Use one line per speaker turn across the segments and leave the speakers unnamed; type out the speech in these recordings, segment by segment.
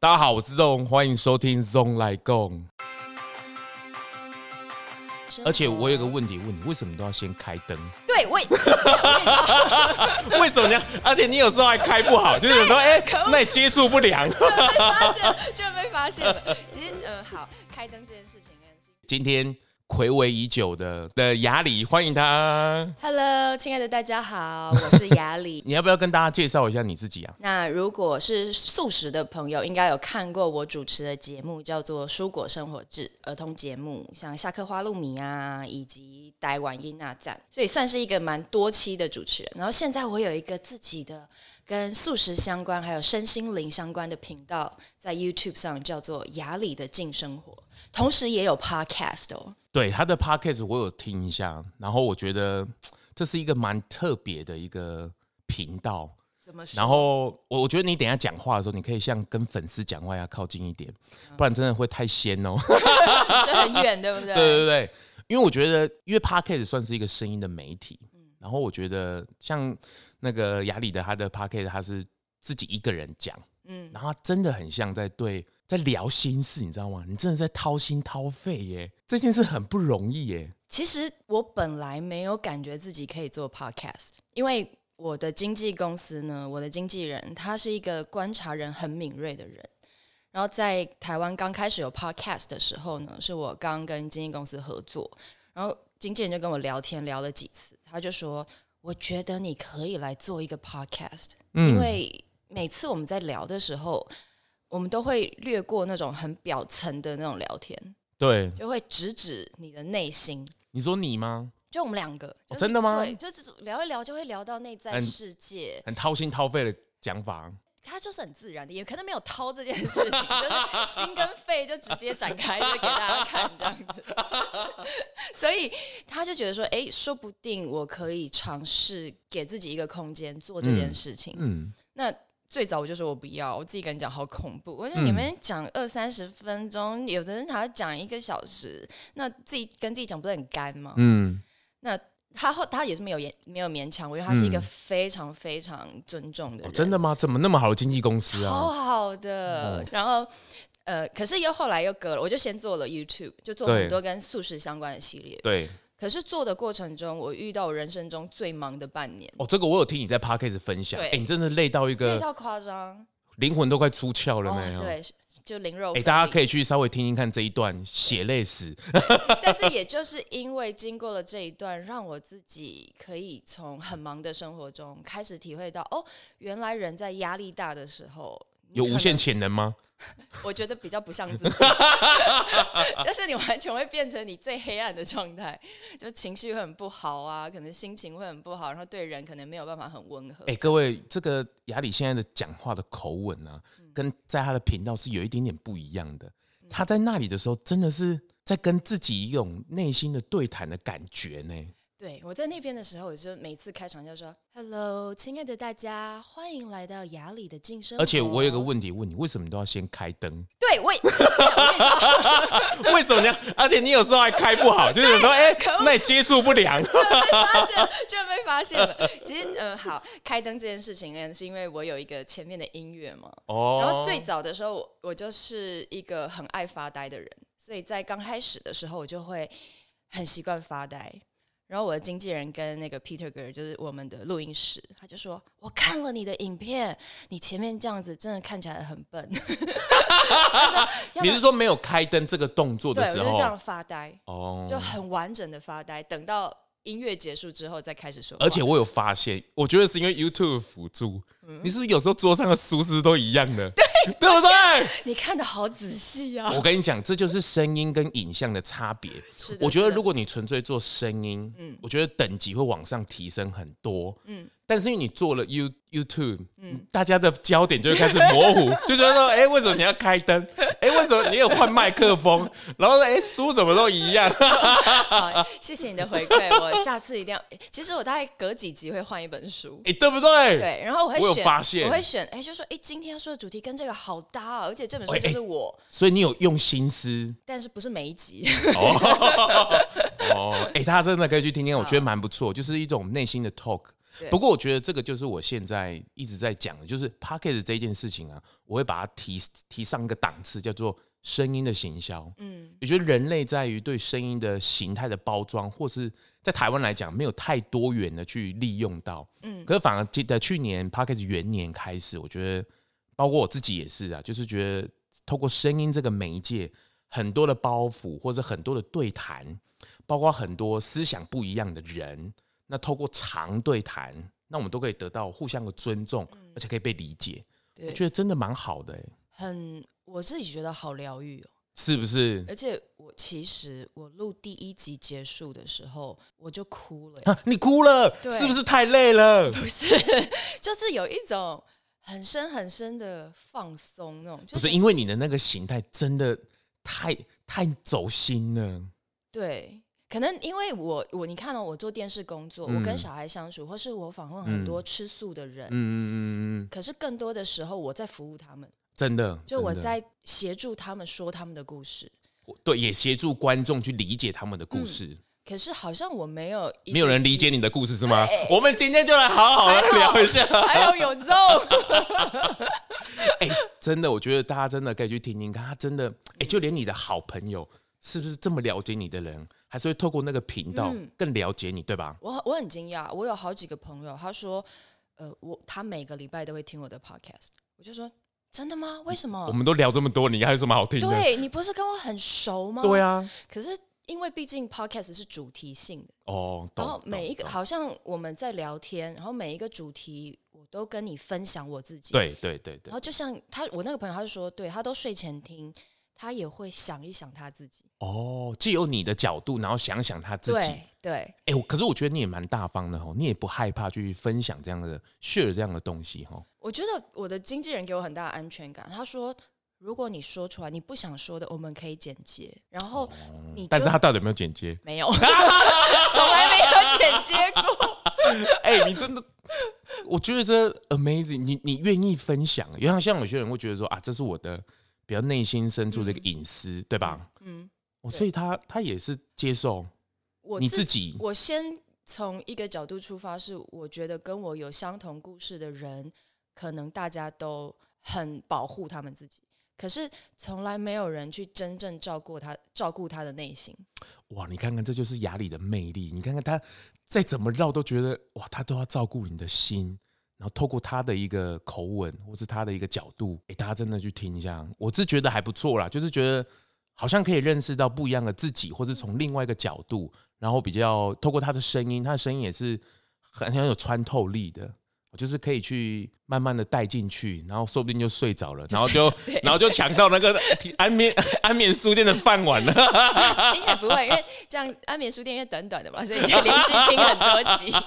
大家好，我是 Zong，欢迎收听 Zong 来共。而且我有个问题问你，为什么都要先开 灯？
对我也， 我也想
为什么呢？而且你有时候还开不好，就是有时候 哎
可恶，
那你接触不良。
被发现了，居然被发现了。其实，嗯，好，开灯这件事情。嗯
今天暌违已久的的雅里，欢迎他。
Hello，亲爱的大家好，我是雅里。
你要不要跟大家介绍一下你自己啊？
那如果是素食的朋友，应该有看过我主持的节目，叫做《蔬果生活志》儿童节目，像《下课花露米》啊，以及《台湾伊娜赞》，所以算是一个蛮多期的主持人。然后现在我有一个自己的跟素食相关，还有身心灵相关的频道，在 YouTube 上叫做“雅里的静生活”，同时也有 Podcast 哦。
对他的 podcast 我有听一下，然后我觉得嘖这是一个蛮特别的一个频道。
怎么
然
说？
后我我觉得你等一下讲话的时候，你可以像跟粉丝讲话要靠近一点，不然真的会太仙哦。
这很远，对 不对？
对对对，因为我觉得，因为 podcast 算是一个声音的媒体，
嗯
然后我觉得像那个雅里的他的 podcast，他是自己一个人讲，嗯，然后他真的很像在对在聊心事，你知道吗？你真的在掏心掏肺耶，这件事很不容易耶。
其实我本来没有感觉自己可以做 podcast，因为我的经纪公司呢，我的经纪人他是一个观察人很敏锐的人。然后在台湾刚开始有 podcast 的时候呢，是我刚跟经纪公司合作，然后经纪人就跟我聊天聊了几次，他就说：“我觉得你可以来做一个 podcast，、因
嗯
为每次我们在聊的时候，我们都会略过那种很表层的那种聊天，
对，
就会直指你的内心。”
你说你吗？
就我们两个，就是
哦真的吗
对，就是聊一聊就会聊到内在
嗯
世界，
很掏心掏肺的讲法，
它就是很自然的，也可能没有掏这件 事情，就是心跟肺就直接展开，就给大家看这样子。 所以他就觉得说，哎、说不定我可以尝试给自己一个空间做这件事情。
嗯。
那最早我就说我不要，我自己一个人讲好恐怖。我觉得你
嗯
们讲二三十分钟，有的人还要讲一个小时，那自己跟自己讲不是很干吗？
嗯，
他后他也是没有勉没有勉强我，因为他是一个
嗯
非常非常尊重的
哦
人，
真的吗？怎么那么好的经纪公司
超
啊？
好的。然后呃，可是又后来又隔了，我就先做了 YouTube，就做
对
很多跟素食相关的系列。
对，
可是做的过程中，我遇到我人生中最忙的半年，
哦，这个我有听你在 p a c k a g e 分享，哎、
对
你真的累到一
累
个
到夸张哦
灵魂都快出窍了没有？
对，就零肉。
哎、大家可
以，
以去稍微听听看这一段血泪
嗯
史，
但是也就是因为经过了这一段，让我自己可以从很忙的生活中开始体会到，哦，原来人在压力大的时候。你
有
可
无
能
限潜能吗？
我觉得比较不像 自己， 就是你完全会变成你最黑暗的状态， 就情绪会很不好啊，可能心情会很不好，然后对人可能没有办法很温和。
哎、各位，这个雅里现在的讲话的口吻啊，
嗯
跟在他的频道是有一点点不一样的。他在那里的时候，真的是在跟自己一种内心的对谈的感觉呢。
对我在那边的时候，我就每次开场就说：“Hello，亲爱的大家，欢迎来到雅里的晋升。”
而且我有个，问题问你，为什么都要先开灯？
对我也， 对我也说
为什么呢？而且你有时候还开不好，就是有时候哎
可恶，
那你接触不 良。
被发现了，居然被发现了。其实，嗯、好，开灯这件事情呢，是因为我有一个前面的音乐嘛，
哦
然后最早的时候，我我就是一个很爱发呆的人，所以在刚开始的时候，我就会很习惯发呆。然后我的经纪人跟那个 Peter 哥，就是我们的录音师，他就说：“我看了你的影片，你前面这样子真的看起来很笨。他说”要不
你
然
是说没有开灯这个动作
对
的
我
时
就是
候？
这样发呆，
哦
就很完整的发呆，等到音乐结束之后再开始说话。
而且我有发现，我觉得是因为 YouTube 辅助，
嗯
你是不是有时候桌上的书是不是都一样的？对，对不对？
你看的好仔细啊！
我跟你讲，这就是声音跟影像的差别。
是的
我觉得
是的
如果你纯粹做声音，嗯，我觉得等级会往上提升很多，嗯。但是因为你做了 You YouTube，嗯，大家的焦点就会开始模 糊，就觉得说，哎、为什么你要开灯？哎、为什么你有换麦克风？然后呢，哎、书怎么都一 样？
好，谢谢你的回馈，我下次一定要。其实我大概隔几集会换一本书。
哎、对不对？。
对，然后我会
我有
选，
发现
我会选，哎，就说，哎，今天要说的主题跟这个好搭啊，而且这本书
哎
就
哎
是我，
所以你有用心思
但是不是每一集，
哦，哎、大家真的可以去听听，我觉得蛮不错，就是一种内心的 talk。
对
不过我觉得这个就是我现在一直在讲的，就是 p o c k e t 这件事情啊，我会把它提提上一个档次，叫做声音的行销。
嗯
我觉得人类在于对声音的形态的包装，或是在台湾来讲，没有太多元的去利用到。
嗯
可是反而记得去年 p o c k e t 元年开始，我觉得包括我自己也是啊，就是觉得透过声音这个媒介，很多的包袱或者很多的对谈，包括很多思想不一样的人，那透过长对谈，那我们都可以得到互相的尊重，而且可以被理解。我
嗯对
觉，得真的蛮好的、欸，
很我自己觉得好疗愈哦。
是不是？
而且我其实我录第一集结束的时候我就哭了 耶，
啊 你哭了，
对
是不是太累 了？
不是，就是有一种很深很深的放松那种，就
不是因为你的那个形态真的太太走心了，
对，可能因为我我你看哦，我做电视工作，我跟
嗯
小孩相处，或是我访问很多吃素的人，
嗯嗯嗯嗯，
可是更多的时候我在服务他们，
真的，
就我
真的
在协助他们说他们的故事。
对也协助观众去理解他们的故事，
可是好像我没有一
没有
个
人理
机
解你的故事是吗
对？
我们今天就来好好的
哎还好
聊一下，
还有有肉，
哎、真的，我觉得大家真的可以去听听看，他真的，哎、就连你的好朋友是不是这么了解你的人，还是会透过那个频道
嗯
更了解你，对吧？
我我很惊讶，我有好几个朋友，他说，呃，我他每个礼拜都会听我的 podcast，我就说真的吗？为什
我
么？
们都聊这么多，你还有什么好听的？
哦对你不是跟我很熟吗？
对。啊，
可是因为毕竟 podcast 是主题性的，
哦，懂
然后每一
懂
个
懂
好像我们在聊天，然后每一个主题我都跟你分享我自己。。
对对对
然
对，
后就像他，我那个朋友他就说，对他都睡前听，他也会想一想他自己。
哦，借由你的角度，然后想想他自己，
对对，
哎、我可是我觉得你也蛮大方的哦，你也不害怕去分享这样的 share 这样的东西哦。
我觉得我的经纪人给我很大的安全感。他说，如果你说出来你不想说的，我们可以剪接。然后你就？
哦但是他到底有没有剪接
没有， 从来没有剪接过。
哎、你真的，我觉得这 amazing，你你愿意分享，因为像有些人会觉得说啊，这是我的比较内心深处的一个隐私，对吧？
嗯，
哦，
对
所以他他也是接受
我
你
自
自己，
我先从一个角度出发，是我觉得跟我有相同故事的人，可能大家都很保护他们自己。可是从来没有人去真正照顾他，照顾他的内心。
哇，你看看这就是雅里的魅力，你看看他再怎么绕都觉得哇，他都要照顾你的心。然后透过他的一个口吻，或是他的一个角度，哎，大家真的去听一下，我是觉得还不错啦，就是觉得好像可以认识到不一样的自己，或是从另外一个角度，然后比较透过他的声音，他的声音也是很很有穿透力的，就是可以去慢慢的带进去，然后说不定就睡着了，然后就然后就抢到那个 安眠安眠书店的饭碗了。
应该不会，因为这样安眠书店因为短短的嘛，所以你可以连续听很多集。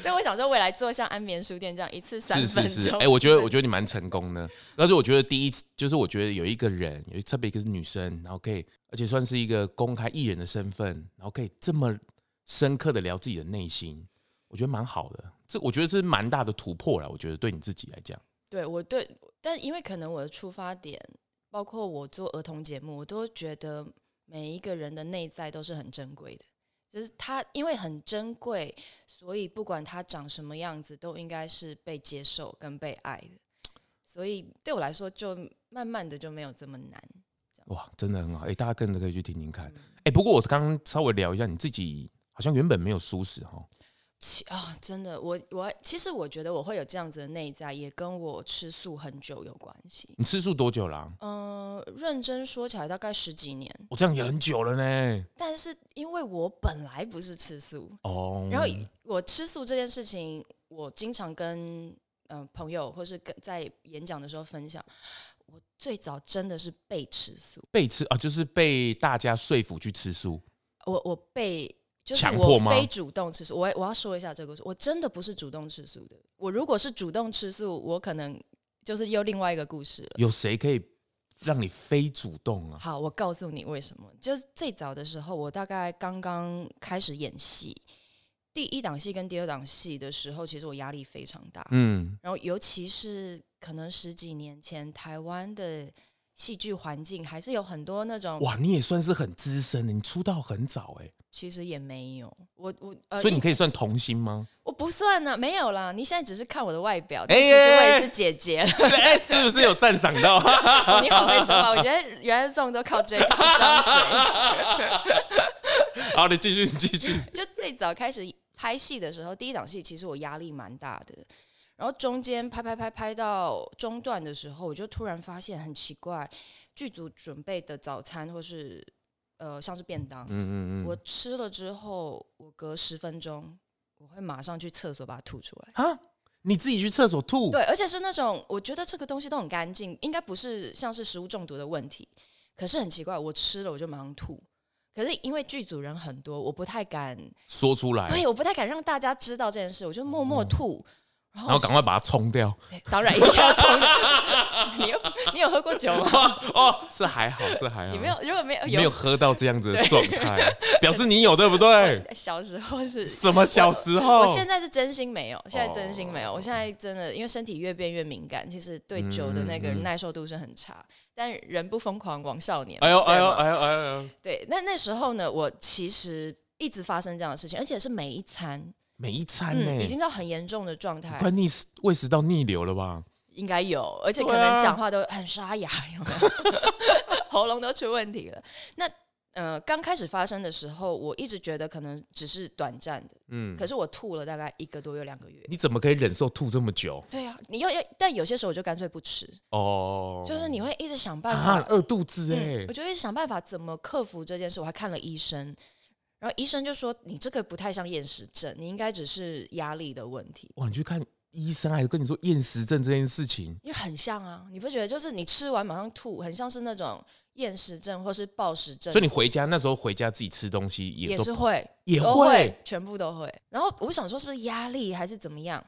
所以我想说，未来做像安眠书店这样一次三
是
分
是
钟，
是，哎、我觉得我觉得你蛮成功的，而且我觉得第一次就是我觉得有一个人，有一特别一个女生，然后可以，而且算是一个公开艺人的身份，然后可以这么深刻的聊自己的内心，我觉得蛮好的。这我觉得这是蛮大的突破了，我觉得对你自己来讲，
对我对，但因为可能我的出发点，包括我做儿童节目，我都觉得每一个人的内在都是很珍贵的。就是他，因为很珍贵，所以不管他长什么样子，都应该是被接受跟被爱的。所以对我来说，就慢慢的就没有这么难。嗯
哇，真的很好。哎、大家跟着可以去听听看。哎、不过我刚刚稍微聊一下，你自己好像原本没有舒适哈，
其啊、真的，我我其实我觉得我会有这样子的内在，也跟我吃素很久有关系。
你吃素多久啦、
嗯、认真说起来，大概十几年。
我、这样也很久了呢。
但是因为我本来不是吃素，
哦，
然后我吃素这件事情，我经常跟嗯、呃朋友或是跟在演讲的时候分享，我最早真的是被吃素，
被吃啊，就是被大家说服去吃素。
我我被。就是
强迫
我
吗
非主动吃素，我我要说一下这个故事，我真的不是主动吃素的。我如果是主动吃素，我可能就是又另外一个故事了。
有谁可以让你非主动啊？
好，我告诉你为什么。就是最早的时候，我大概刚刚开始演戏，第一档戏跟第二档戏的时候，其实我压力非常大。
嗯，
然后，尤其是可能十几年前，台湾的戏剧环境，还是有很多那种，
哇，你也算是很资深的，你出道很早哎、
其实也没有。我我呃，
所以你
因
可以算童星 吗？
我不算呢、没有啦。你现在只是看我的外表，
哎
但其实我
哎
也
哎
是姐姐了。
对哎、是不是有赞赏 到？哎嗯
哦你好会说话，我觉得原来这种都靠这一张嘴。
好，你继续，你继续。
就最早开始拍戏的时候，第一档戏其实我压力蛮大的。然后中间拍拍拍拍到中段的时候，我就突然发现很奇怪，剧组准备的早餐或是呃像是便当，
嗯嗯
我
嗯，
吃了之后，我隔十分钟我会马上去厕所把它吐出来。
啊，你自己去厕所吐？
对，而且是那种我觉得这个东西都很干净，应该不是像是食物中毒的问题。可是很奇怪，我吃了我就马上吐。可是因为剧组人很多，我不太敢，
说出来，
对，我不太敢让大家知道这件事，我就默默吐。然
然后赶快把它冲 掉。
对当然一定要冲的。 你有你有喝过酒吗？
哦，是还好，是还好。
你没有？如果没有，
没有喝到这样子的状态，表示你有对不对？
小时候是
什么小时候？
我现在是真心没有，现在真心没有。
哦
我现在真的因为身体越变越敏感，其实对酒的那个耐受度是很差。但人不疯狂枉少年嘛。嗯
哎呦哎呦
对吗
哎呦哎呦！
对。那那时候呢，我其实一直发生这样的事情，而且是每一餐，
每一餐
嗯，已
呢，
经到很严重的状态，
快逆胃食道逆流了吧？
应该有，而且
对
可
啊
能讲话都很沙哑，有没有？ 喉咙都出问题了。那呃，刚开始发生的时候，我一直觉得可能只是短暂的，
嗯，
可是我吐了大概一个多月、两个月。
你怎么可以忍受吐这么久？
对啊，你又要，但有些时候我就干脆不吃，
哦，
就是你会一直想办法
啊，，饿肚子
嗯
哎，
我，就一直想办法怎么克服这件事。我还看了医生，然后医生就说你这个不太像厌食症，你应该只是压力的问题，
哇，你去看医生，还跟你说厌食症这件事情，
因为很像啊，你不觉得？就是你吃完马上吐，很像是那种厌食症或是暴食症，
所以你回家那时候回家自己吃东西也
也
都
是会，
也
都
会，
全部都会。然后我想说是不是压力还是怎么样，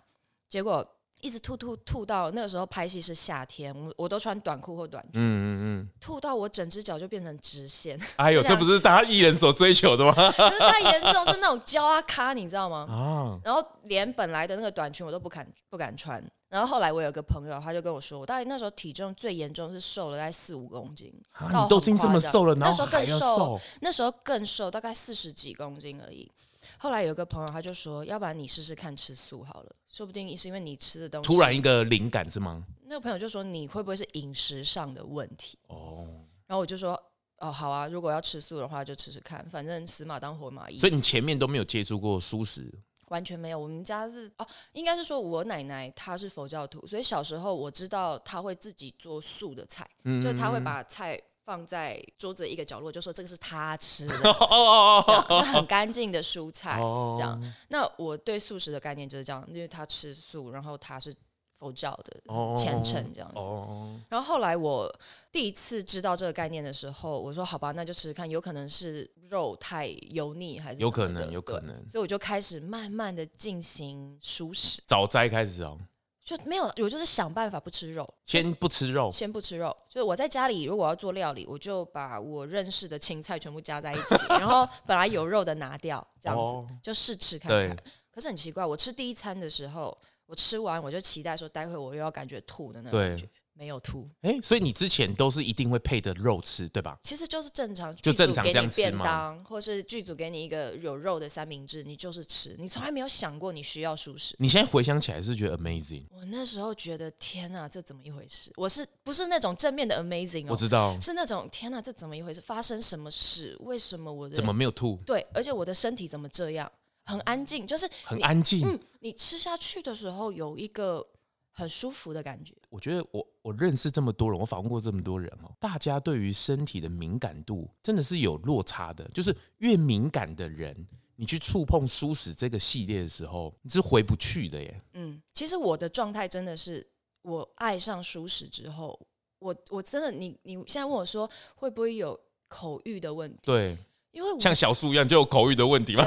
结果一直吐吐吐到那个时候拍戏是夏天，我我都穿短裤或短
嗯
裙，
嗯嗯，
吐到我整只脚就变成直线。
哎呦，
这
这
样
不是大家艺人所追求的 吗？
就是太严重，是那种胶啊咖，你知道吗？
啊，
然后连本来的那个短裙我都不敢不敢穿。然后后来我有个朋友，他就跟我说，我大概那时候体重最严重是瘦了大概四五公斤，
啊
到
你都已经这么瘦了，
很夸张
然后还要
那时候
瘦
更瘦，那时候更瘦，大概四十几公斤而已。后来有个朋友他就说，要不然你试试看吃素好了，说不定是因为你吃的东西。
突然，一个灵感是吗？
那个朋友就说你会不会是饮食上的问题？
哦，
然后我就说，哦，好啊，如果要吃素的话就吃吃看，反正死马当活马医。
所以你前面都没有接触过素食，
完全没有，我们家是哦，应该是说我奶奶她是佛教徒，所以小时候我知道她会自己做素的菜，
嗯
就是她会把菜放在桌子的一个角落，就说这个是她吃的，
哦哦
这样就很干净的蔬 菜。
哦
这样那我对素食的概念就是这样，因为她吃素，然后她是佛教的
哦
虔诚这样子。
哦，
然后后来我第一次知道这个概念的时候，我说好吧，那就试试看，有可能是肉太油腻还是
有可
什么的
能，有可
对
能，
所以我就开始慢慢的进行熟食，
早斋开始哦，
就没有，我就是想办法不吃肉，
先不吃肉，
先不吃肉。就是我在家里如果要做料理，我就把我认识的青菜全部加在一起，然后本来有肉的拿掉，这样子、
哦
就试吃看
对
看。可是很奇怪，我吃第一餐的时候，我吃完我就期待说，待会我又要感觉吐的那种
对
嗯感觉，没有吐，
哎，所以你之前都是一定会配的肉吃，对吧？
其实就是正常，
就
剧组
正常
给
这样
你
吃
便
吗
当，或是剧组给你一个有肉的三明治，你就是吃，你从来没有想过你需要熟食。
你现在回想起来是觉得 amazing，
我那时候觉得天哪，这怎么一回事？我是不是那种正面的 amazing
我
哦？
知道
是那种天啊哪，这怎么一回事？发生什么事？为什么我的
怎么没有吐，
对？而且我的身体怎么这样？很安静，就是
很
你
安静。
嗯，你吃下去的时候有一个很舒服的感觉。
我觉得我我认识这么多人，我访问过这么多人哦，大家对于身体的敏感度真的是有落差的，就是越敏感的人，你去触碰舒适这个系列的时候，你是回不去的耶。
嗯，其实我的状态真的是，我爱上熟食之后，我我真的，你你现在问我说会不会有口欲的问题？
对，
因为我
像小树一样就有口语的问题 嘛。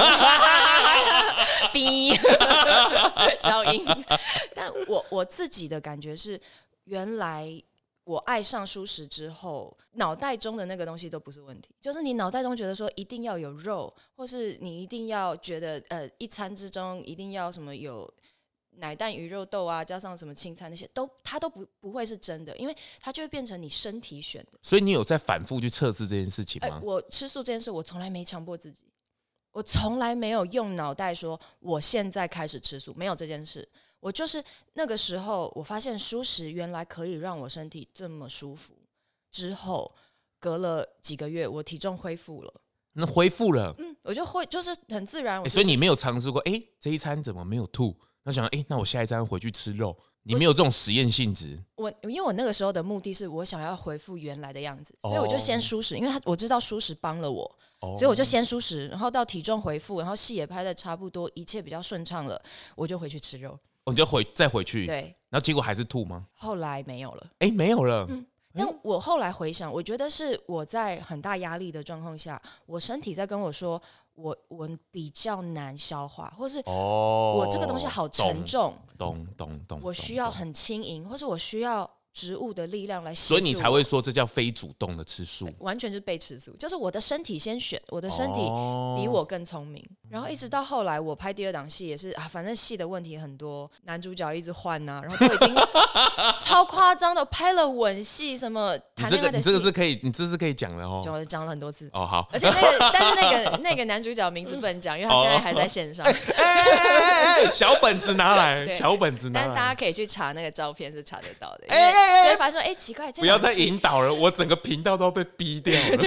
逼消音，但我我自己的感觉是，原来。我爱上熟食之后，脑袋中的那个东西都不是问题，就是你脑袋中觉得说一定要有肉，或是你一定要觉得呃一餐之中一定要什么有奶蛋鱼肉豆啊，加上什么青菜那些，都它都不不会是真的，因为它就会变成你身体选的。
所以你有在反复去测试这件事情
哎、
吗？
我吃素这件事，我从来没强迫自己，我从来没有用脑袋说我现在开始吃素，没有这件事。我就是那个时候，我发现素食原来可以让我身体这么舒服，之后隔了几个月，我体重恢复了，
那恢复了、
嗯，我就会就是很自然，我
哎
就
所以你没有尝试过，哎、这一餐怎么没有吐？那想，哎、那我下一餐回去吃肉，你没有这种实验性质，
我因为我那个时候的目的是我想要恢复原来的样子，所以我就
哦
先舒适，因为他我知道舒适帮了我，
哦
所以我就先舒适，然后到体重回复，然后戏也拍的差不多，一切比较顺畅了，我就回去吃肉。
哦你就回再回去，然
对，
后结果还是吐吗？
后来没有了。
哎、没有了，哎
但我后来回想，我觉得是我在很大压力的状况下，我身体在跟我说，我我比较难消化，或是
哦，
我这个东西好沉重，
懂，懂懂懂，
我
懂
需要
懂
很轻盈，或是我需要植物的力量来协
所
助我。
以你才会说这叫非主动的吃素。
完全就是被吃素，就是我的身体先选，我的身体
哦
比我更聪明。然后一直到后来，我拍第二档戏也是啊，反正戏的问题很多，男主角一直换啊呐、然后都已 经超夸张的拍了吻戏，什么
你
谈
这
恋
个
爱的
你
戏，哎
这个是可以，你这是可以讲的哦。
讲讲了很多次。
哦， 好，
而且那个，但是那个那个男主角名字不能讲，因为他现在还在线
哦
上。
哎小本子拿来，
对
小本子拿
但是大家
来，
可以去查那个照片，是查得到的。因
哎
为
哎哎
就会发现说，哎，奇怪，这
不要
场
再
戏
引导了，我整个频道都要被逼掉 了。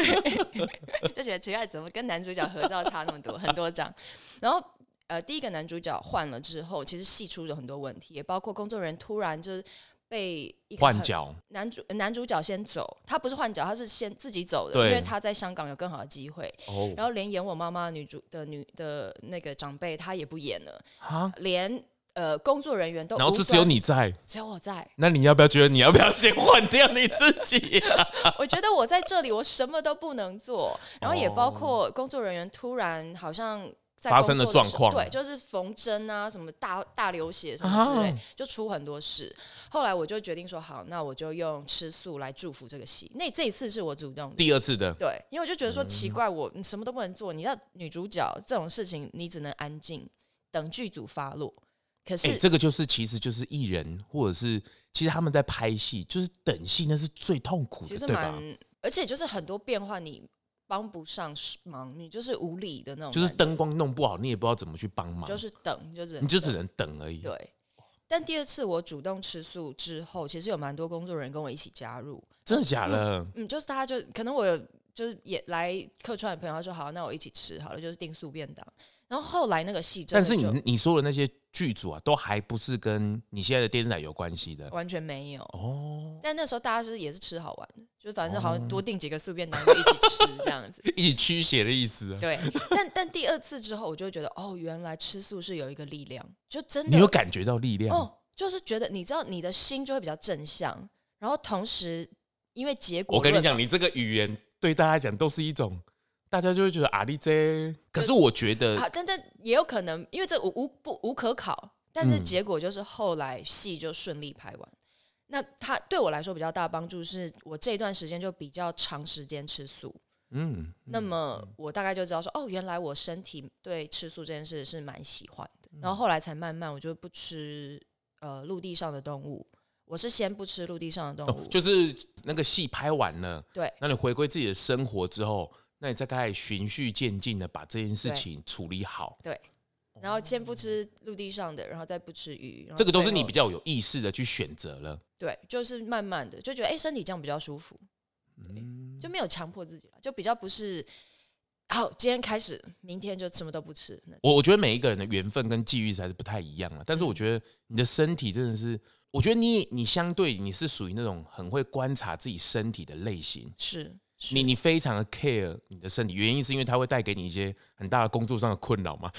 就觉得奇怪，怎么跟男主角合照差那么多很多张？然后呃，第一个男主角换了之后，其实戏出了很多问题，也包括工作人员突然就是被一个
换
很
脚，
男主呃男主角先走，他不是换角，他是先自己走的，
对
因为他在香港有更好的机会。
哦
然后连演我妈妈女主的女的那个长辈，他也不演了，
啊，
连。呃，工作人员都
然后
无
这
端
只有，你在，。
只有我在
那你要不要觉得你要不要先换掉你自己？
我觉得我在这里，我什么都不能做。然后也包括工作人员突然好像在
哦发生了
工作的时候
状况
对，就是缝针啊，什么大大流血什么之类，
啊
就出很多事。后来我就决定说，好，那我就用吃素来祝福这个戏。那这一次是我主动的。
第嗯二次的，
对，因为我就觉得说奇怪，我你什么都不能做，你要女主角这种事情，你只能安静等剧组发落。可是、
哎、这个就是其实就是艺人或者是其实他们在拍戏，就是等戏那是最痛苦
其
的，
实
对吧？
蛮，而且就是很多变化你帮不上忙，你就是无理的那种感觉，
就是灯光弄不好，你也不知道怎么去帮忙，
就是等，就是
你就只能等而已。
对。但第二次我主动吃素之后，其实有蛮多工作人员跟我一起加入，
真的假的？
嗯，就是大家就可能我有就是也来客串的朋友，他说好，那我一起吃好了，就是订素便当。然后后来那个戏真
但是
的就
你你说的那些剧组啊，都还不是跟你现在的电视台有关系的
完全没有，
哦，
但那时候大家就是也是吃好玩的，就反正好像多订几个素便当就一起吃这样子。
一起驱邪的意思、啊。
对，但但第二次之后，我就会觉得哦，原来吃素是有一个力量，就真
你有
的
感觉到力量？
哦，就是觉得你知道你的心就会比较正向，然后同时因为结果
我跟你
论嘛
讲，你这个语言对大家讲都是一种，大家就会觉得啊，你这。可是我觉得
啊好，但但也有可能，因为这无无不无可考，但是
嗯
结果就是后来戏就顺利拍完。那它对我来说比较大的帮助是，我这段时间就比较长时间吃素，
嗯，
那么我大概就知道说，哦，原来我身体对吃素这件事是蛮喜欢的。
嗯
然后后来才慢慢我就不吃呃陆地上的动物，我是先不吃陆地上的动物，
哦就是那个戏拍完了，
对
那你回归自己的生活之后，那你再开始循序渐进的把这件事情处理好。
对。然后先不吃陆地上的，然后再不吃鱼，然后
哦这个都是
最
你
后
比较有意识的去选择了。
对，就是慢慢的就觉得哎、诶身体这样比较舒服，
嗯
对，就没有强迫自己了，就比较不是好，今天开始，明天就什么都不吃。那
我我觉得每一个人的缘分跟际遇还是不太一样了，
嗯
但是我觉得你的身体真的是，我觉得你你相对你是属于那种很会观察自己身体的类型，
是是
你你非常的 care 你的身体，原因是因为它会带给你一些很大的工作上的困 扰嘛，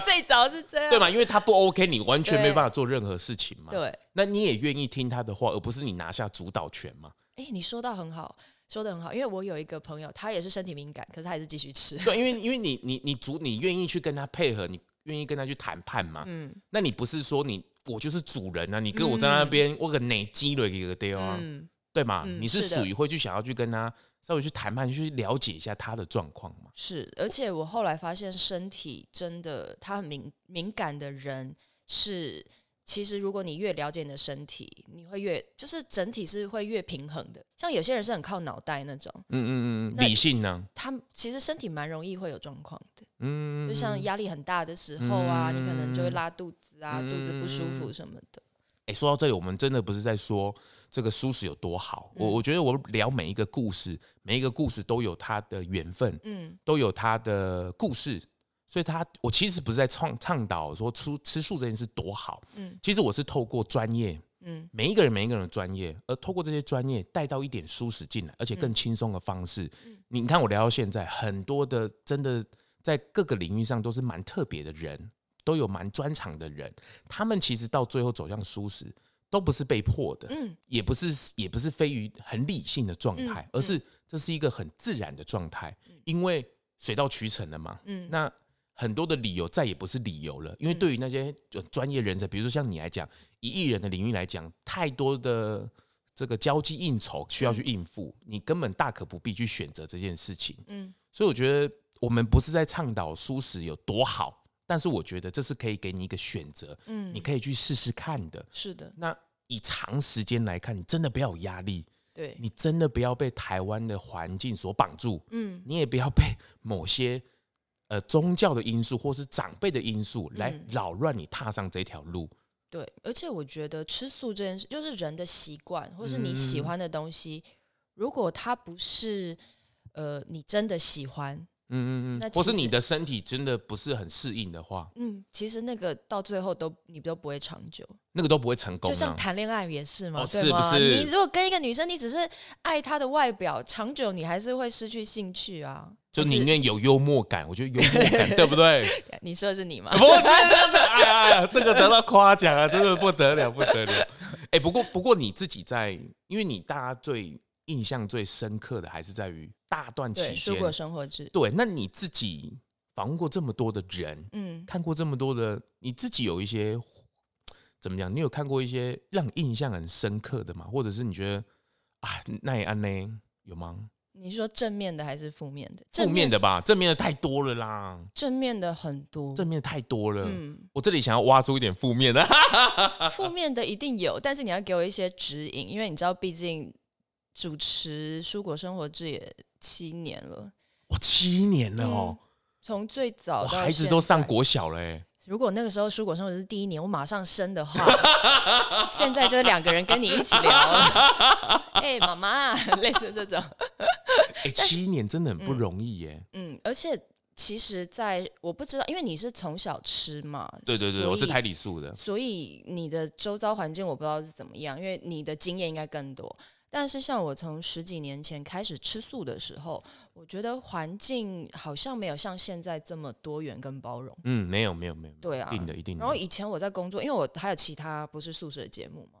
最早是这样，
对嘛？因为它不 OK，你完全没
对
办法做任何事情嘛。
对，哎、
那你也愿意听他的话，而不是你拿下主导权 嘛？
你说到很好，说的很好，因为我有一个朋友，他也是身体敏感，可是他还是继续吃。
对，因为因为你你你主你愿意去跟他配合，你愿意跟他去谈判嘛？嗯，那你不是说你我就是主人啊？你跟我在那边、我个哪鸡了一个丢啊？
嗯，
对嘛？
嗯
你是
是的
属于会去想要去跟他稍微去谈判，去了解一下他的状况嘛？
是，而且我后来发现，身体真的他很敏敏感的人，是，其实如果你越了解你的身体，你会越就是整体是会越平衡的。像有些人是很靠脑袋那种，
嗯嗯嗯，
那
理性呢？
他们其实身体蛮容易会有状况的。
嗯，
就像压力很大的时候啊，你可能就会拉肚子啊，肚子不舒服什么的。
哎、说到这里，我们真的不是在说这个舒适有多好，我我觉得我聊每一个故事，每一个故事都有它的缘分，
嗯
都有它的故事，所以它我其实不是在倡倡导说吃吃素这件事多好，
嗯
其实我是透过专业，
嗯
每一个人每一个人的专业，而透过这些专业带到一点舒适进来，而且
嗯
更轻松的方式。你看我聊到现在，很多的真的在各个领域上都是蛮特别的人，都有蛮专长的人，他们其实到最后走向舒适，都不是被迫的，
嗯
也不是也不是非于很理性的状态，
嗯
而是这是一个很自然的状态，因为水到渠成了嘛。
嗯
那很多的理由再也不是理由了，因为对于那些呃专业人士，比如说像你来讲，以艺人的领域来讲，太多的这个交际应酬需要去应付，你根本大可不必去选择这件事情。
嗯
所以我觉得我们不是在倡导舒适有多好，但是我觉得这是可以给你一个选择，你
嗯，
可以去试试看的。
是的，
那以长时间来看，你真的不要有压力，
对，
你真的不要被台湾的环境所绑住，
嗯
你也不要被某些呃宗教的因素或是长辈的因素来
嗯
扰乱你踏上这条路。
对。而且我觉得吃素这件事，就是人的习惯，或是你喜
嗯
欢的东西，如果它不是呃你真的喜欢，
嗯嗯
那
嗯，
其
或是
实
你的身体真的不是很适应的话，
嗯，其实那个到最后都你都不会长久。
那个都不会成功
就像
啊。
谈恋爱也是嘛，
哦
对
是不
吗？
是
你如果跟一个女生，你只是爱她的外表，长久你还是会失去兴趣啊。
就
或是
宁愿有幽默感，我觉得幽默感 对不对？
你说的是你吗
不？是这这，哎呀哎呀，这个得到夸奖啊，真的不得了，不得了。哎、不过不过你自己在，因为你大家最印象最深刻的还是在于大段期
对，蔬
间，
果生活制，
对，那你自己访问过这么多的人，
嗯，
看过这么多的，你自己有一些怎么讲？你有看过一些让你印象很深刻的吗？或者是你觉得啊，那也安呢？有吗？
你说正面的还是负面的？
负面的吧，正面的太多了啦，
正面的很多，
正面的太多了。
嗯，
我这里想要挖出一点负面的，
负面的一定有，但是你要给我一些指引，因为你知道，毕竟主持蔬果生活制也七年了，
我七年了哦，
从最早
我
嗯到
孩子
现
都上
在
国小了、 欸，
如果那个时候蔬果生活是第一年，我马上生的话， 现在就是两个人跟你一起聊了。哎、妈妈，类似这种。
哎、七年真的很不容易耶、
嗯，而且其实在我不知道，因为你是从小吃嘛，
对对对，
所以
我是胎里素的，
所以你的周遭环境我不知道是怎么样，因为你的经验应该更多。但是像我从十几年前开始吃素的时候，我觉得环境好像没有像现在这么多元跟包容。
嗯，没有没有没有，没有
对啊
一定的一定的。
然后以前我在工作，因为我还有其他不是宿舍的节目嘛，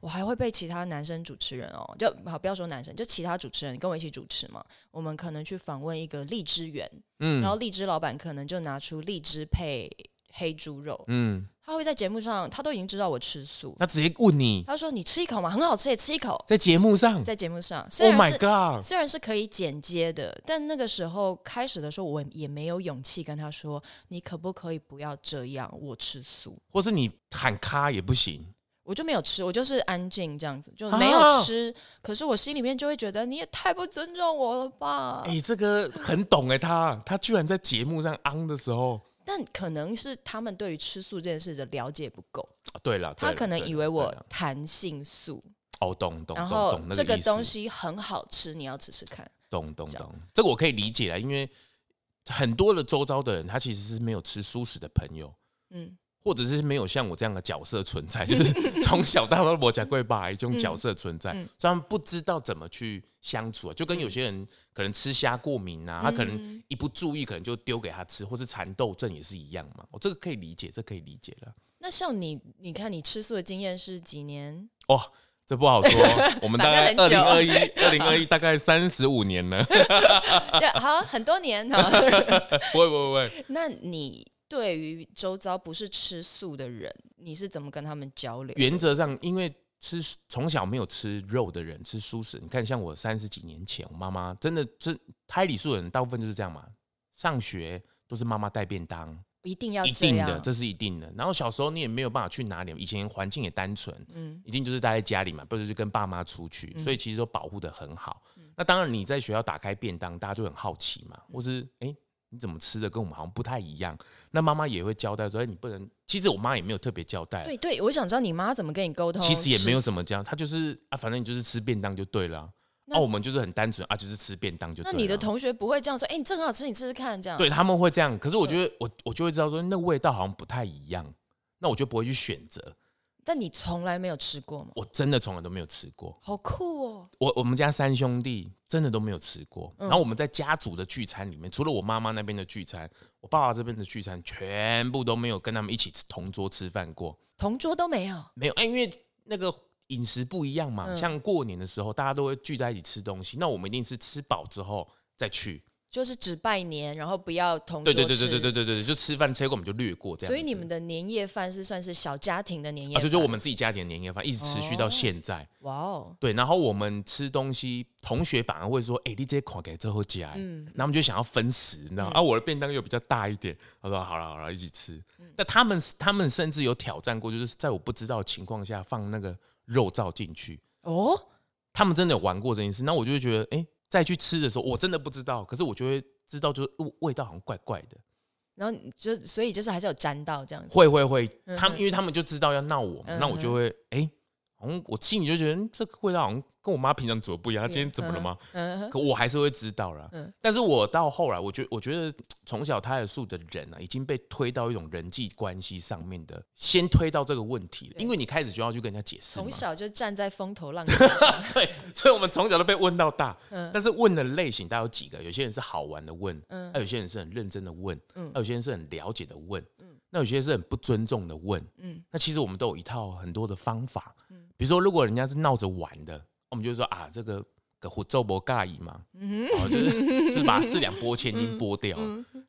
我还会被其他男生主持人哦，就好不要说男生，就其他主持人跟我一起主持嘛，我们可能去访问一个荔枝园，
嗯
然后荔枝老板可能就拿出荔枝配黑猪肉，
嗯，
他会在节目上，他都已经知道我吃素，
那直接问你
他说你吃一口嘛，很好吃也吃一口，
在节目上
在节目上虽
，Oh
然
my
是。
god！
虽然是可以剪接的，但那个时候开始的时候，我也没有勇气跟他说：“你可不可以不要这样？我吃素。”
或是你喊咔也不行。
我就没有吃，我就是安静这样子，就
啊
没有吃。可是我心里面就会觉得你也太不尊重我了吧？
哎、这个很懂哎、他他居然在节目上昂的时候，
但可能是他们对于吃素这件事的了解不够，
啊对了，对
他
了
可能
对
以
了
为
对
我
了
弹性素，
哦，懂懂懂
然后
懂那
这
个
个
意思
东西很好吃，你要吃吃看。
懂懂
这样
懂，这个我可以理解啊，因为很多的周遭的人，他其实是没有吃素食的朋友，
嗯
或者是没有像我这样的角色存在，就是 从小到大我讲贵吧，一种角色存在，所
嗯嗯
以他们不知道怎么去相处、啊，就跟有些人可能吃虾过敏啊，他可
嗯
能一不注意，可能就丢给他吃，或是蚕豆症也是一样嘛。哦我、这个可以理解，这可以理解了。
那像你，你看你吃素的经验是几年？
哦，这不好说，我们大概
反
二零
正
二
很
一、二零二一大概三十五年了，
对，好，很多年。好
不会不会不会。
那你对于周遭不是吃素的人，你是怎么跟他们交流？
原则上，因为吃从小没有吃肉的人吃素食，你看像我三十几年前，我妈妈真的真胎里素人大部分就是这样嘛，上学都是妈妈带便当，
一定要
一
哦这
定
样
的，，这是一定的。然后小时候你也没有办法去哪里，以前环境也单纯，
嗯
一定就是待在家里嘛，不然就是跟爸妈出去，所以其实都保护的很好。
嗯
那当然，你在学校打开便当，大家就很好奇嘛，或是哎、诶你怎么吃的跟我们好像不太一样？那妈妈也会交代说，哎、你不能。其实我妈也没有特别交代，啊
对对，我想知道你妈怎么跟你沟通，
其实也没有怎
么。
么这样，她就是啊，反正你就是吃便当就对了啊。
那
啊，我们就是很单纯啊，就是吃便当就对了
那
啊。
你的同呃学不会这样说，哎、你这很好吃，你吃吃看，这样。
对他们会这样，可是我觉得我我就会知道说那味道好像不太一样，那我就不会去选择。
但你从来没有吃过吗？
我真的从来都没有吃过，
好酷哦！
我我们家三兄弟真的都没有吃过。
嗯
然后我们在家族的聚餐里面，除了我妈妈那边的聚餐，我爸爸这边的聚餐，全部都没有跟他们一起吃同桌吃饭过，
同桌都没有，
没有，哎，因为那个。饮食不一样嘛，
嗯
像过年的时候，大家都会聚在一起吃东西。那我们一定是吃饱之后再去。
就是只拜年，然后不要同桌
对对
吃。
对对对对对对，就吃饭吃过我们就略过这样子。
所以你们的年夜饭是算是小家庭的年夜
啊，
饭，
就就我们自己家庭的年夜饭，一直持续到
哦
现在。
哇哦，
对，然后我们吃东西，同学反而会说：“哎、你这款给最后加。”嗯，那我们就想要分食，你知
嗯
道吗？啊，我的便当又比较大一点，我说：“好了好了，一起吃。
嗯
那他们他们甚至有挑战过，就是在我不知道的情况下放那个肉燥进去，
哦，
他们真的有玩过这件事。那我就会觉得，哎、再去吃的时候，我真的不知道，可是我就会知道，就是呃味道好像怪怪的。
然后你就所以就是还是有沾到这样子，
会会会，
嗯
他们
嗯
因为他们就知道要闹我嘛，
嗯
那我就会哎、好像我心里就觉得、嗯这个味道好像跟我妈平常煮的不一样，她今天怎么了吗？
嗯，
可我还是会知道啦。
嗯
但是我到后来，我觉我觉得从小胎儿素的人啊，已经被推到一种人际关系上面的，先推到这个问题了，因为你开始就要去跟人家解释嘛
从。小就站在风头 浪尖上，
对，所以我们从小都被问到大，
嗯
但是问的类型大概有几个，有些人是好玩的问，啊
嗯
那有些人是很认真的问，啊
嗯
那有些人是很了解的问，那有些是很不尊重的问，
嗯
那其实我们都有一套很多的方法，比如说如果人家是闹着玩的，我们就说啊这个。个胡诌不尬意嘛，哦，就是 就是把四两拨千斤拨掉。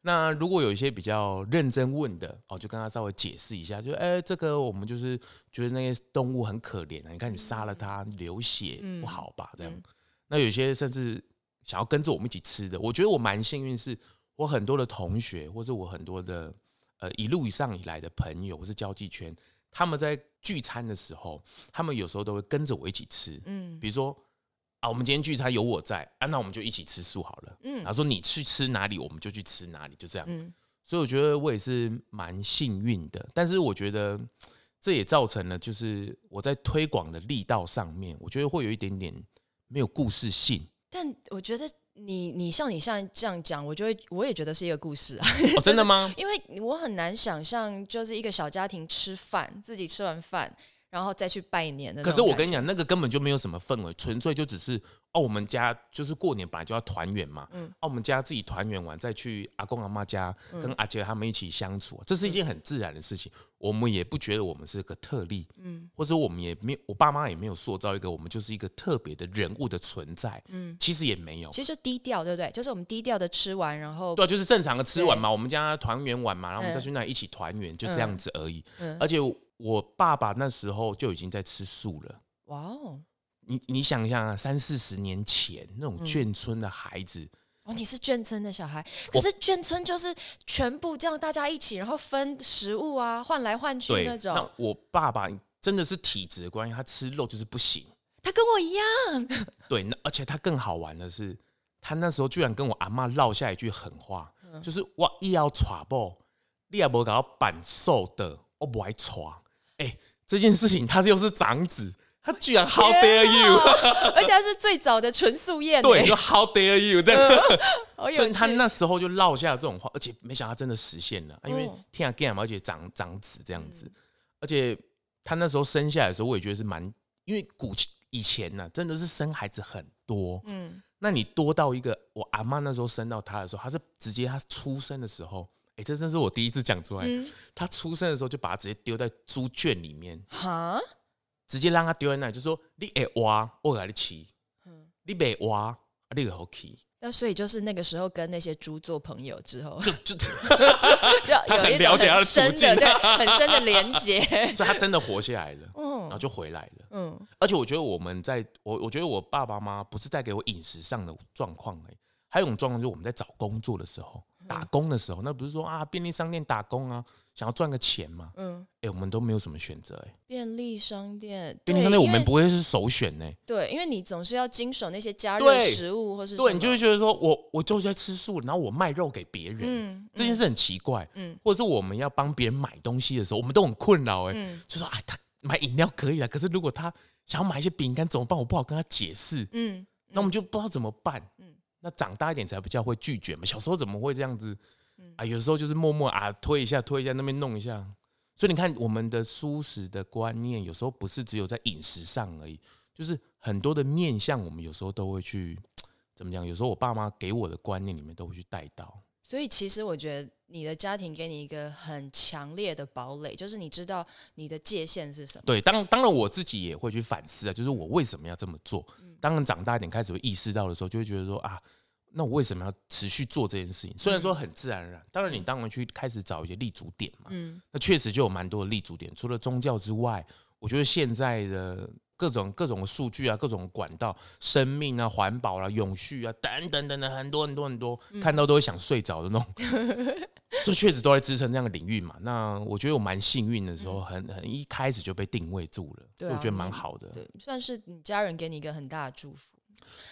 那如果有一些比较认真问的，哦，就跟他稍微解释一下，就哎、这个我们就是觉得那些动物很可怜啊，你看你杀了它流血、不好吧？这样，那有些甚至想要跟着我们一起吃的，我觉得我蛮幸运，是我很多的同学，或者我很多的呃一路以上以来的朋友，或是交际圈，他们在聚餐的时候，他们有时候都会跟着我一起吃，
嗯
比如说啊，我们今天聚餐有我在啊，那我们就一起吃素好了，
嗯
然后说你去吃哪里，我们就去吃哪里，就这样。
嗯，
所以我觉得我也是蛮幸运的，但是我觉得这也造成了就是我在推广的力道上面，我觉得会有一点点没有故事性。
但我觉得你你像你像这样讲，我就会我也觉得是一个故事啊，
哦，真的吗？
因为我很难想象就是一个小家庭吃饭，自己吃完饭然后再去拜年的那
可
种
是我
感
跟你讲，那个根本就没有什么氛围，纯粹就只是哦，我们家就是过年本来就要团圆嘛，嗯，哦，我们家自己团圆完再去阿公阿妈家跟阿杰他们一起相处，这是一件很自然的事情，我们也不觉得我们是个特例，嗯，或者我们也没有，我爸妈也没有塑造一个我们就是一个特别的人物的存在，嗯，其实也没有。
其实就低调，对不对？就是我们低调的吃完，然后
对啊，就是正常的吃完嘛，我们家团圆完嘛，然后我们再去那里一起团圆，就这样子而已。而且我爸爸那时候就已经在吃素了。
哇哦，
你你想一下、啊，三四十年前那
嗯
种眷村的孩子，
哦，你是眷村的小孩，可
我
是眷村就是全部这样大家一起，然后分食物啊，换来换去
对
那，
那
种。
我爸爸真的是体质的关系，他吃肉就是不行。
他跟我一样，
对，那而且他更好玩的是，他那时候居然跟我阿妈唠下一句狠话，
嗯
就是我一要耍爆，你也不搞板瘦的，我不爱耍。哎、这件事情他又是长子，他居然 How dare you？
而且他是最早的纯素宴， 欸
对，，就 How dare you 这
嗯
样。
好
所
有
以他
趣。
那时候就落下了这种话，而且没想到他真的实现了，因为
哦
天啊 g a 而且长长子这样子，而且他那时候生下来的时候，我也觉得是蛮，因为古以前呢、真的是生孩子很多，
嗯，
那你多到一个，我阿妈那时候生到他的时候，他是直接他出生的时候，哎、这真是我第一次讲出来，他出生的时候就把他直接丢在猪圈里面，
哈，
直接让他丢在那里，就说你会挖，我给你骑，你没挖，啊你给我骑，
那所以就是那个时候跟那些猪做朋友之后，
就就。
就
他
有
很
一
了
种
解他的
很
处
深
境
的对 很深的连接。
所以他真的活下来了，然后
嗯
就回来了。
嗯，
而且我觉得我们在我我觉得我欸爸爸妈妈不是带给我饮食上的状况哎，还有一种状况就是我们在找工作的时候，
嗯
打工的时候，那不是说啊便利商店打工啊，想要赚个钱嘛？
嗯，
哎、我们都没有什么选择哎、
便利商店，
便利
对
商店我
因
们
为
不会是首选欸呢、
对，因为你总是要经手那些加热
对
食物或是
对，
什
你就
么
会觉得说我我就是在吃素，然后我卖肉给别人，
嗯
这件事很奇怪，
嗯
或者是我们要帮别人买东西的时候，我们都很困扰哎、
嗯
就说啊，他买饮料可以啦，可是如果他想要买一些饼干怎么办？我不好跟他解释，
嗯
那我们就不知道怎么办。
嗯
那长大一点才比较会拒绝嘛，小时候怎么会这样子
嗯？
啊，有时候就是默默啊推一下推一下，那边弄一下。所以你看，我们的舒适的观念有时候不是只有在饮食上而已，就是很多的面向，我们有时候都会去怎么讲？有时候我爸妈给我的观念里面都会去带到。
所以其实我觉得你的家庭给你一个很强烈的堡垒，就是你知道你的界限是什么。
对，当当然我自己也会去反思啊，就是我为什么要这么做？
嗯
当然长大一点开始会意识到的时候，就会觉得说啊，那我为什么要持续做这件事情？虽然说很自然而然，当然你当然去开始找一些立足点嘛，
嗯
那确实就有蛮多的立足点。除了宗教之外，我觉得现在的各种各种的数据啊，各种管道、生命啊、环保啊、永续啊等等等等，很多很多很多，
嗯
看到都会想睡着的那种。 这确实都在支撑这样的领域嘛。那我觉得我蛮幸运的时候，很很一开始就被定位住了，所
嗯对啊
以我觉得蛮好的。
对，算是你家人给你一个很大的祝福。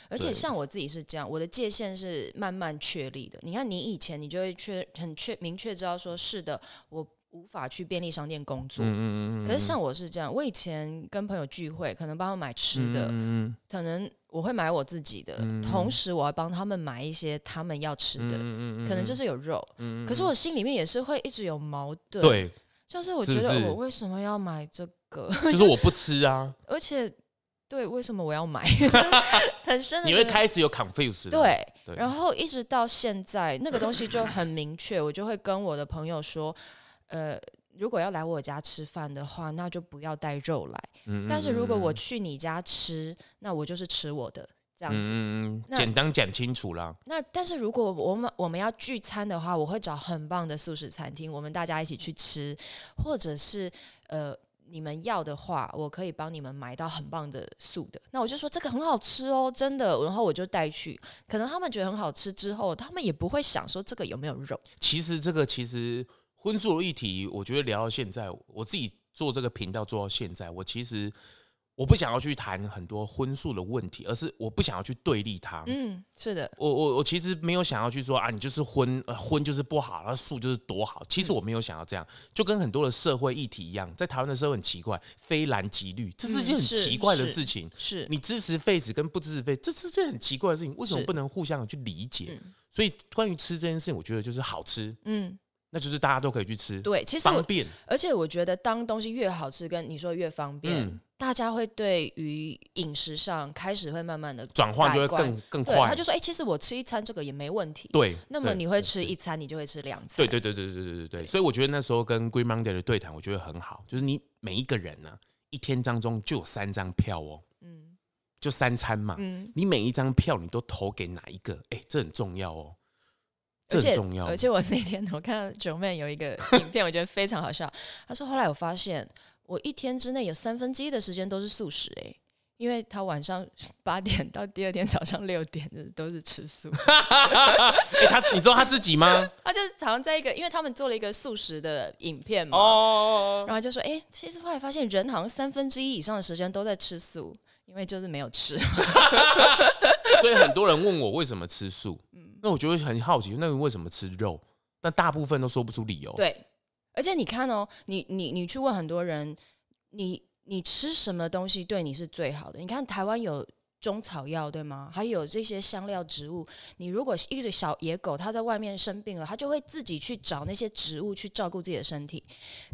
而且
对
像我自己是这样，我的界限是慢慢确立的。你看，你以前你就会确很确明确知道说，是的，我无法去便利商店工
嗯
作。
嗯嗯嗯嗯，
可是像我是这样，我以前跟朋友聚会，可能帮他们买吃的，
嗯
可能我会买我自己的，同时我要帮他们买一些他们要吃的，
嗯
可能就是有肉。
嗯
可是我心里面也是会一直有矛盾，，
对，
就是我
是
觉
不
得
是
我为什么要买这个，
就是我不吃啊，
而且对为什么我 要买，很深的
你
这
会
个
开始有 confuse 了。
对，
对，
然后一直到现在那个东西就很明确，我就会跟我的朋友说，呃。如果要来我家吃饭的话，那就不要带肉来。
嗯，嗯
但是如果
嗯嗯
我去你家吃，那我就是吃我的这样
嗯
子。
嗯嗯，
那
简单讲清楚啦。
那但是如果我们我们要聚餐的话，我会找很棒的素食餐厅，我们大家一起去吃，或者是呃你们要的话，我可以帮你们买到很棒的素的。那我就说这个很好吃哦，真的，然后我就带去。可能他们觉得很好吃之后，他们也不会想说这个有没有肉。
其实这个其实荤素的议题，我觉得聊到现在，我自己做这个频道做到现在，我其实我不想要去谈很多荤素的问题，而是我不想要去对立它。
嗯，是的，
我我我其实没有想要去说啊，你就是荤，呃，荤就是不好，然后素就是多好。其实
嗯
我没有想要这样，就跟很多的社会议题一样，在台湾的社会很奇怪，非蓝即绿，这是一件
嗯
很
是
奇怪的
是
事情。
是
你支持 face 跟不支持 face，这是件很奇怪的事情，为什么
是
不能互相地去理解？所以关于吃这件事情，我觉得就是好吃，
嗯，
那就是大家都可以去吃，
对。其实
方
我
便，
而且我觉得，当东西越好吃，跟你说越方便，
嗯
大家会对于饮食上开始会慢慢的
转换就会
改观
更更
对，
快
他就。说，哎、其实我吃一餐这个也没问题。，
对，
那么
对
你会吃一餐，你就会吃两餐。
对对对对对对对对，所以我觉得那时候跟 Green Monday 的对谈，我觉得很好，就是你每一个人呢、一天当中就有三张票哦，
嗯
就三餐嘛，
嗯，
你每一张票你都投给哪一个？哎，这很重要哦，这
而且
很重要。哦
而且我那天我看到九妹有 一个影片，我觉得非常好笑。她说后来我发现，我一天之内有三分之一的时间都是素食、哎。因为她晚上 八点到第二天早上六点就是都是吃素，
哎，他你说他自己吗？
她就是好像在一个，因为他们做了一个素食的影片嘛，
哦，
然后就说，哎、其实后来发现人好像三分之一以上的时间都在吃素，因为就是没有吃。
哦所以很多人问我为什么吃素，
嗯
那我就会很好奇，那你为什么吃肉？但大部分都说不出理由。，
对，而且你看哦，你你你去问很多人，你你吃什么东西对你是最好的？你看台湾有中草药对吗？还有这些香料植物，你如果一只小野狗它在外面生病了，它就会自己去找那些植物去照顾自己的身体。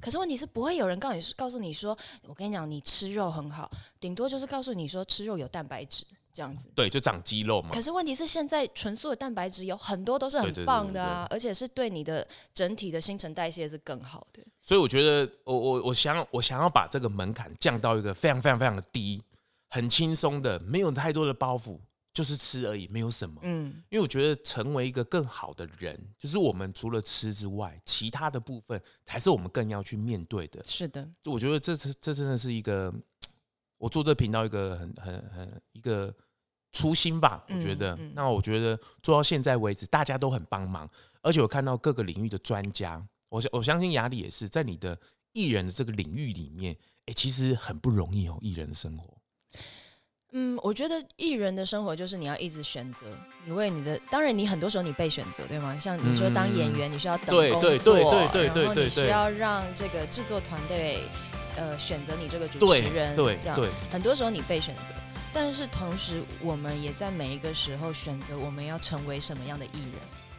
可是问题是，不会有人告诉你告诉你说，我跟你讲，你吃肉很好，顶多就是告诉你说吃肉有蛋白质这样子。
对，就长肌肉嘛
可。是问题是，现在纯素的蛋白质有很多都是
对对
很
对
棒的啊，而且是对你的整体的新陈代谢是更好的。
所以我觉得，我我我想我想要把这个门槛降到一个非常非常非常的低，很轻松的，没有太多的包袱，就是吃而已，没有什么。
嗯
因为我觉得成为一个更好的人，就是我们除了吃之外，其他的部分才是我们更要去面对的，。
是的，
就我觉得这是这真的是一个我做这频道一个很很很一个初心吧，我觉得。
嗯
那我觉得做到现在为止，大家都很帮忙，而且我看到各个领域的专家，我相我相信雅里也是在你的艺人的这个领域里面，哎、其实很不容易哦，艺人的生活。
嗯，我觉得艺人的生活就是你要一直选择，你为你的，当然你很多时候你被选择，对吗？像你说当演员，你需要等
对
工
嗯
作，
对对对对对
然后
对
你
对
需要让这个制作团队，呃，选择你这个主
对
持人，
对
这样，
对，
很多时候你被选择，但是同时我们也在每一个时候选择我们要成为什么样的艺人，